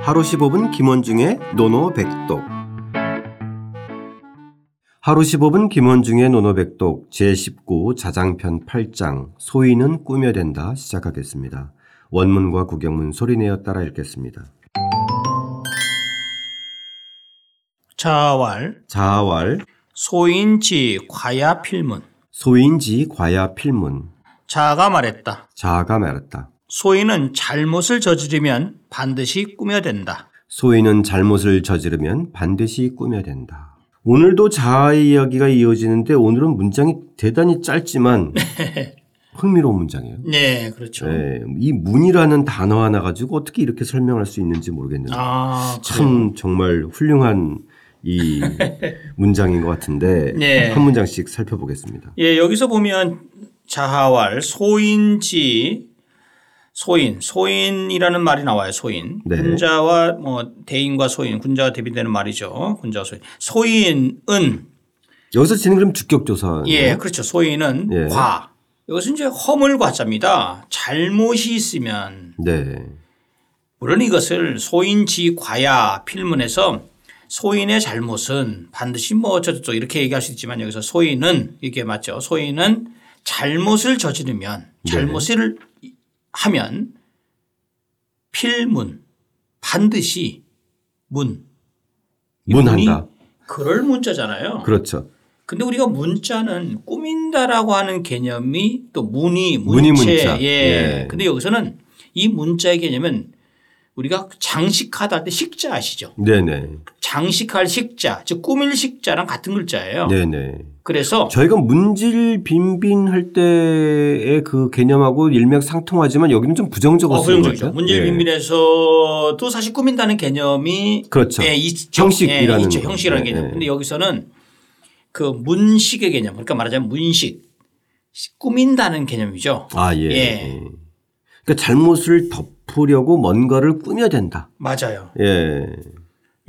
하루 15분 김원중의 노노백독 하루 15분 김원중의 노노백독 제19 자장편 8장 소인은 꾸며 된다 시작하겠습니다. 원문과 구경문 소리내어 따라 읽겠습니다. 자왈 자왈 소인지 과야필문 소인지 과야 필문 자가 말했다. 자아가 말했다. 소인은 잘못을 저지르면 반드시 꾸며댄다. 소인은 잘못을 저지르면 반드시 꾸며 된다. 오늘도 자아의 이야기가 이어지는데 오늘은 문장이 대단히 짧지만 흥미로운 문장이에요. 네, 그렇죠. 네, 이 문이라는 단어 하나 가지고 어떻게 이렇게 설명할 수 있는지 모르겠는데 아, 참 정말 훌륭한 이 문장인 것 같은데 네. 한 문장씩 살펴보겠습니다. 예, 여기서 보면 자하왈 소인지 소인 소인이라는 말이 나와요. 소인 네. 군자와 뭐 대인과 소인 군자가 대비되는 말이죠. 군자 소인 소인은 여기서 지금 그럼 주격 조사. 예, 그렇죠. 소인은 네. 예. 과 이것은 이제 허물과자입니다. 잘못이 있으면 네. 물론 이것을 소인지 과야 필문에서 소인의 잘못은 반드시 뭐 어쩌저쩌 이렇게 얘기할 수 있지만 여기서 소인은 이게 맞죠. 소인은 잘못을 저지르면 네. 잘못을 하면 필문 반드시 문 이 문한다. 문이 그럴 문자잖아요. 그렇죠. 근데 우리가 문자는 꾸민다라고 하는 개념이 또 문이 문이 문체 문자. 예. 예. 근데 여기서는 이 문자의 개념은 우리가 장식하다 할 때 식자 아시죠? 네네. 장식할 식자, 즉 꾸밀 식자랑 같은 글자예요. 네네. 그래서 저희가 문질 빈빈 할 때의 그 개념하고 일맥상통하지만 여기는 좀 부정적으로 어, 쓰는 부정적이죠. 거죠. 예. 문제 비밀에서도 사실 꾸민다는 개념이 그렇죠. 예, 있죠. 형식이라는 예, 있죠. 거. 형식이라는 예, 개념. 예. 근데 여기서는 그 문식의 개념, 그러니까 말하자면 문식, 꾸민다는 개념이죠. 아 예. 예. 예. 그러니까 잘못을 덮으려고 뭔가를 꾸며 된다. 맞아요. 예.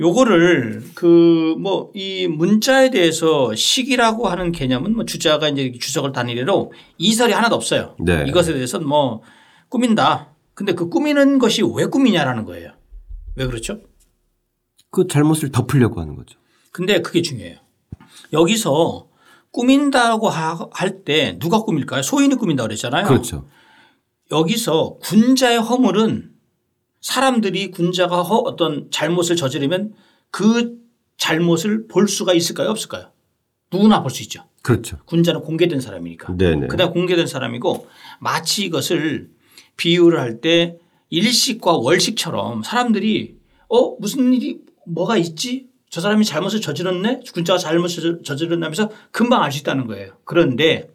요거를 그 뭐 이 문자에 대해서 식이라고 하는 개념은 뭐 주자가 이제 주석을 단위로 이설이 하나도 없어요. 네. 이것에 대해서는 뭐 꾸민다. 근데 그 꾸미는 것이 왜 꾸미냐라는 거예요. 왜 그렇죠? 그 잘못을 덮으려고 하는 거죠. 근데 그게 중요해요. 여기서 꾸민다고 할 때 누가 꾸밀까요? 소인이 꾸민다고 그랬잖아요. 그렇죠. 여기서 군자의 허물은 사람들이 군자가 허- 어떤 잘못을 저지르면 그 잘못을 볼 수가 있을까요? 없을까요? 누구나 볼 수 있죠. 그렇죠. 군자는 공개된 사람이니까. 네네. 그다음 공개된 사람이고 마치 이것을 비유를 할 때 일식과 월식처럼 사람들이 어 무슨 일이 뭐가 있지? 저 사람이 잘못을 저질렀네? 군자가 잘못을 저질렀다면서 금방 알 수 있다는 거예요. 그런데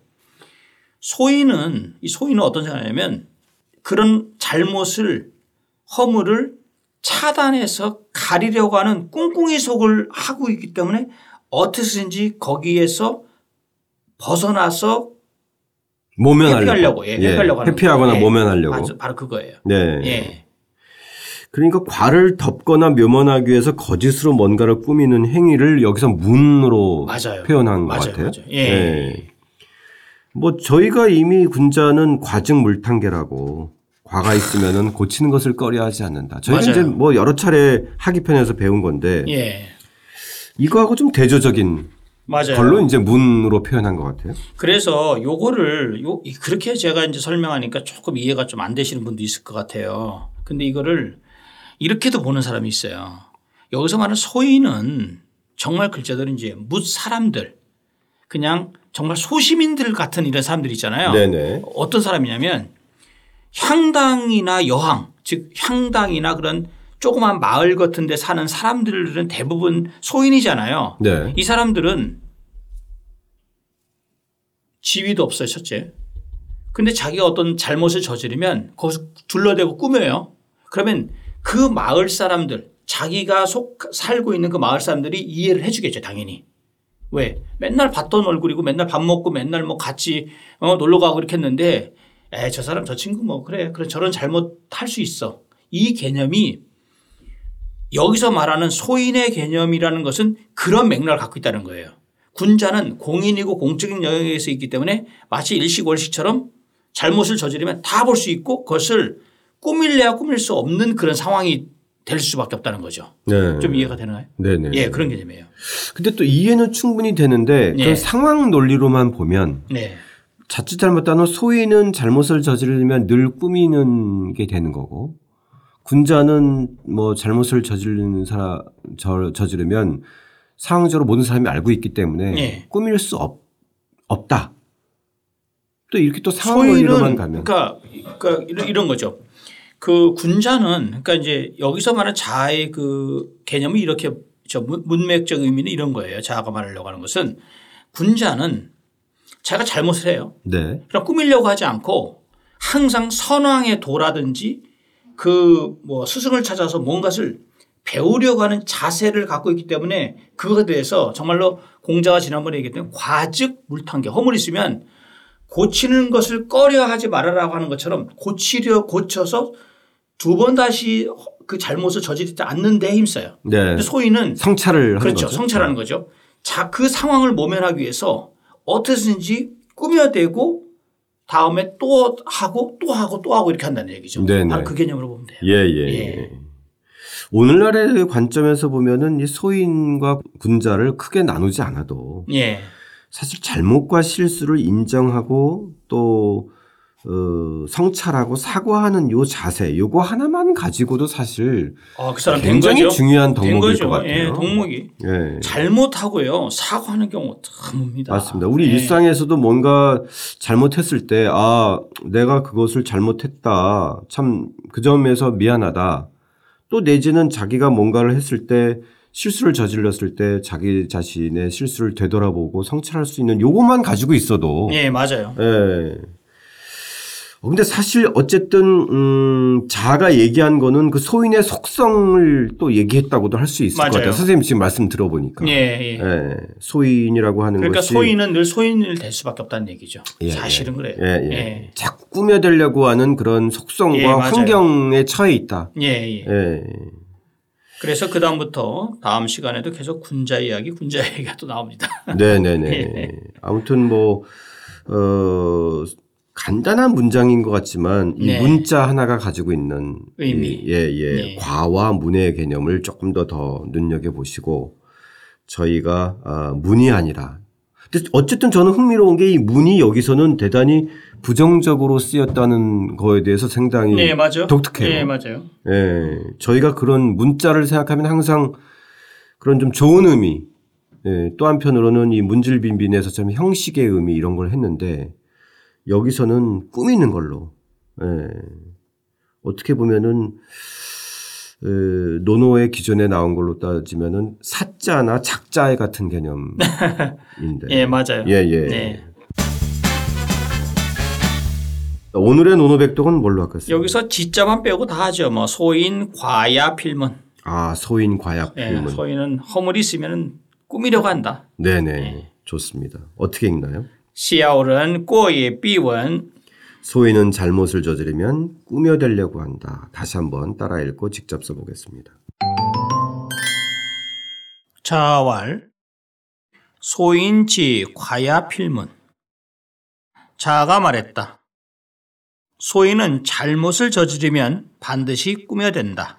소인은 이 소인은 어떤 생각이냐면 그런 잘못을 허물을 차단해서 가리려고 하는 꿍꿍이 속을 하고 있기 때문에 어떻게든지 거기에서 벗어나서 모면하려고. 회피하려고 예, 회피하려고 하는 회피하거나 거예요. 예. 모면하려고. 바로, 바로 그거예요. 네. 예. 그러니까 과를 덮거나 묘면하기 위해서 거짓으로 뭔가를 꾸미는 행위를 여기서 문으로 맞아요. 뭐 표현한 것 맞아요, 같아요. 맞아요. 예. 뭐 저희가 이미 군자는 과증 물탕계라고 과가 있으면은 고치는 것을 꺼려하지 않는다. 저희가 맞아요. 이제 뭐 여러 차례 하기편에서 배운 건데 예. 이거하고 좀 대조적인 맞아요. 걸로 이제 문으로 표현한 것 같아요. 그래서 요거를 요 이- 그렇게 제가 이제 설명하니까 조금 이해가 좀 안 되시는 분도 있을 것 같아요. 근데 이거를 이렇게도 보는 사람이 있어요. 여기서 말하는 소인은 정말 글자대로 이제 묻 사람들 그냥 정말 소시민들 같은 이런 사람들 있잖아요. 네네. 어떤 사람이냐면 향당이나 여항 즉 향당이나 그런 조그만 마을 같은 데 사는 사람들은 대부분 소인이잖아요. 네. 이 사람들은 지위도 없어요, 첫째. 근데 자기가 어떤 잘못을 저지르면 거기서 둘러대고 꾸며요. 그러면 그 마을 사람들, 자기가 속, 살고 있는 그 마을 사람들이 이해를 해주겠죠, 당연히. 왜? 맨날 봤던 얼굴이고 맨날 밥 먹고 맨날 뭐 같이 어, 놀러 가고 이렇게 했는데 에, 저 사람 저 친구 뭐 그래. 그래 저런 잘못 할 수 있어. 이 개념이 여기서 말하는 소인의 개념이라는 것은 그런 맥락을 갖고 있다는 거예요. 군자는 공인이고 공적인 영역에서 있기 때문에 마치 일식월식처럼 잘못을 저지르면 다 볼 수 있고 그것을 꾸밀래야 꾸밀 수 없는 그런 상황이 될 수밖에 없다는 거죠. 네. 좀 이해가 되나요? 네네. 예, 그런 개념이에요. 근데 또 이해는 충분히 되는데 예. 그 상황 논리로만 보면 네. 자칫 잘못하면 소인은 잘못을 저지르면 늘 꾸미는 게 되는 거고 군자는 뭐 잘못을 저지르는 사람 저, 저지르면 상황적으로 모든 사람이 알고 있기 때문에 예. 꾸밀 수 없, 없다. 또 이렇게 또 상황 소위는 논리로만 가면 그러니까, 그러니까 이런, 이런 거죠. 그 군자는 그러니까 이제 여기서 말하는 자의 그 개념이 이렇게 저 문- 문맥적 의미는 이런 거예요. 자아가 말하려고 하는 것은 군자는 자기가 잘못을 해요. 네. 그럼 그러니까 꾸밀려고 하지 않고 항상 선왕의 도라든지 그 뭐 스승을 찾아서 뭔가를 배우려고 하는 자세를 갖고 있기 때문에 그거에 대해서 정말로 공자가 지난번에 얘기했던 과즉 물탄계 허물 있으면 고치는 것을 꺼려 하지 말아라고 하는 것처럼 고치려 고쳐서 두 번 다시 그 잘못을 저지르지 않는 데 힘써요. 네. 근데 소인은 성찰을 하는 그렇죠. 거죠. 네. 성찰하는 거죠. 자, 그 상황을 모면하기 위해서 어떻게든지 꾸며대고 다음에 또 하고 또 하고 또 하고 이렇게 한다는 얘기죠. 네네. 바로 그 개념으로 보면 돼요. 예, 예. 예. 오늘날의 관점에서 보면은 이 소인과 군자를 크게 나누지 않아도 예. 사실 잘못과 실수를 인정하고 또 어, 성찰하고 사과하는 요 자세, 요거 하나만 가지고도 사실 아, 그 사람 된 굉장히 거죠. 중요한 된 덕목일 것 거죠. 같아요. 예, 덕목이. 예. 잘못하고요. 사과하는 경우 드뭅니다. 맞습니다. 우리 예. 일상에서도 뭔가 잘못했을 때, 아, 내가 그것을 잘못했다. 참, 그 점에서 미안하다. 또 내지는 자기가 뭔가를 했을 때, 실수를 저질렀을 때, 자기 자신의 실수를 되돌아보고 성찰할 수 있는 요것만 가지고 있어도. 예, 맞아요. 예. 어, 근데 사실 어쨌든, 음, 자가 얘기한 거는 그 소인의 속성을 또 얘기했다고도 할 수 있을 것 맞아요. 같아요. 선생님 지금 말씀 들어보니까. 예, 예. 예, 소인이라고 하는 그러니까 것이 소인은 늘 소인일 될 수밖에 없다는 얘기죠. 예, 사실은 그래요. 예, 예. 예. 자꾸 꾸며대려고 하는 그런 속성과 예, 맞아요. 환경에 처해 있다. 예, 예. 예. 그래서 그 다음부터 다음 시간에도 계속 군자 이야기, 군자 이야기가 또 나옵니다. 네네네. 예. 아무튼 뭐, 어, 간단한 문장인 것 같지만 이 네. 문자 하나가 가지고 있는 의미. 이- 예, 예. 네. 과와 문의 개념을 조금 더 더 눈여겨보시고 저희가 아, 문이 아니라 근데 어쨌든 저는 흥미로운 게 이 문이 여기서는 대단히 부정적으로 쓰였다는 거에 대해서 상당히 네, 맞아요. 예, 독특해요. 네, 맞아요. 예, 저희가 그런 문자를 생각하면 항상 그런 좀 좋은 의미, 예, 또 한편으로는 이 문질빈빈에서 좀 형식의 의미 이런 걸 했는데 여기서는 꾸미는 걸로, 예, 어떻게 보면은 에, 노노의 기존에 나온 걸로 따지면은 사자나 작자의 같은 개념인데, 예, 맞아요. 예, 예. 네. 오늘의 노노백독은 뭘로 할까요? 여기서 지자만 빼고 다 하죠. 뭐 소인, 과야, 필문. 아 소인 과약 예, 필문. 소인은 허물이 있으면 꾸미려고 한다. 네네. 좋습니다. 어떻게 읽나요? 시야오른 꼬예 삐원. 소인은 잘못을 저지르면 꾸며대려고 한다. 다시 한번 따라 읽고 직접 써보겠습니다. 자왈 소인지 과야 필문 자가 말했다. 소인은 잘못을 저지르면 반드시 꾸며댄다.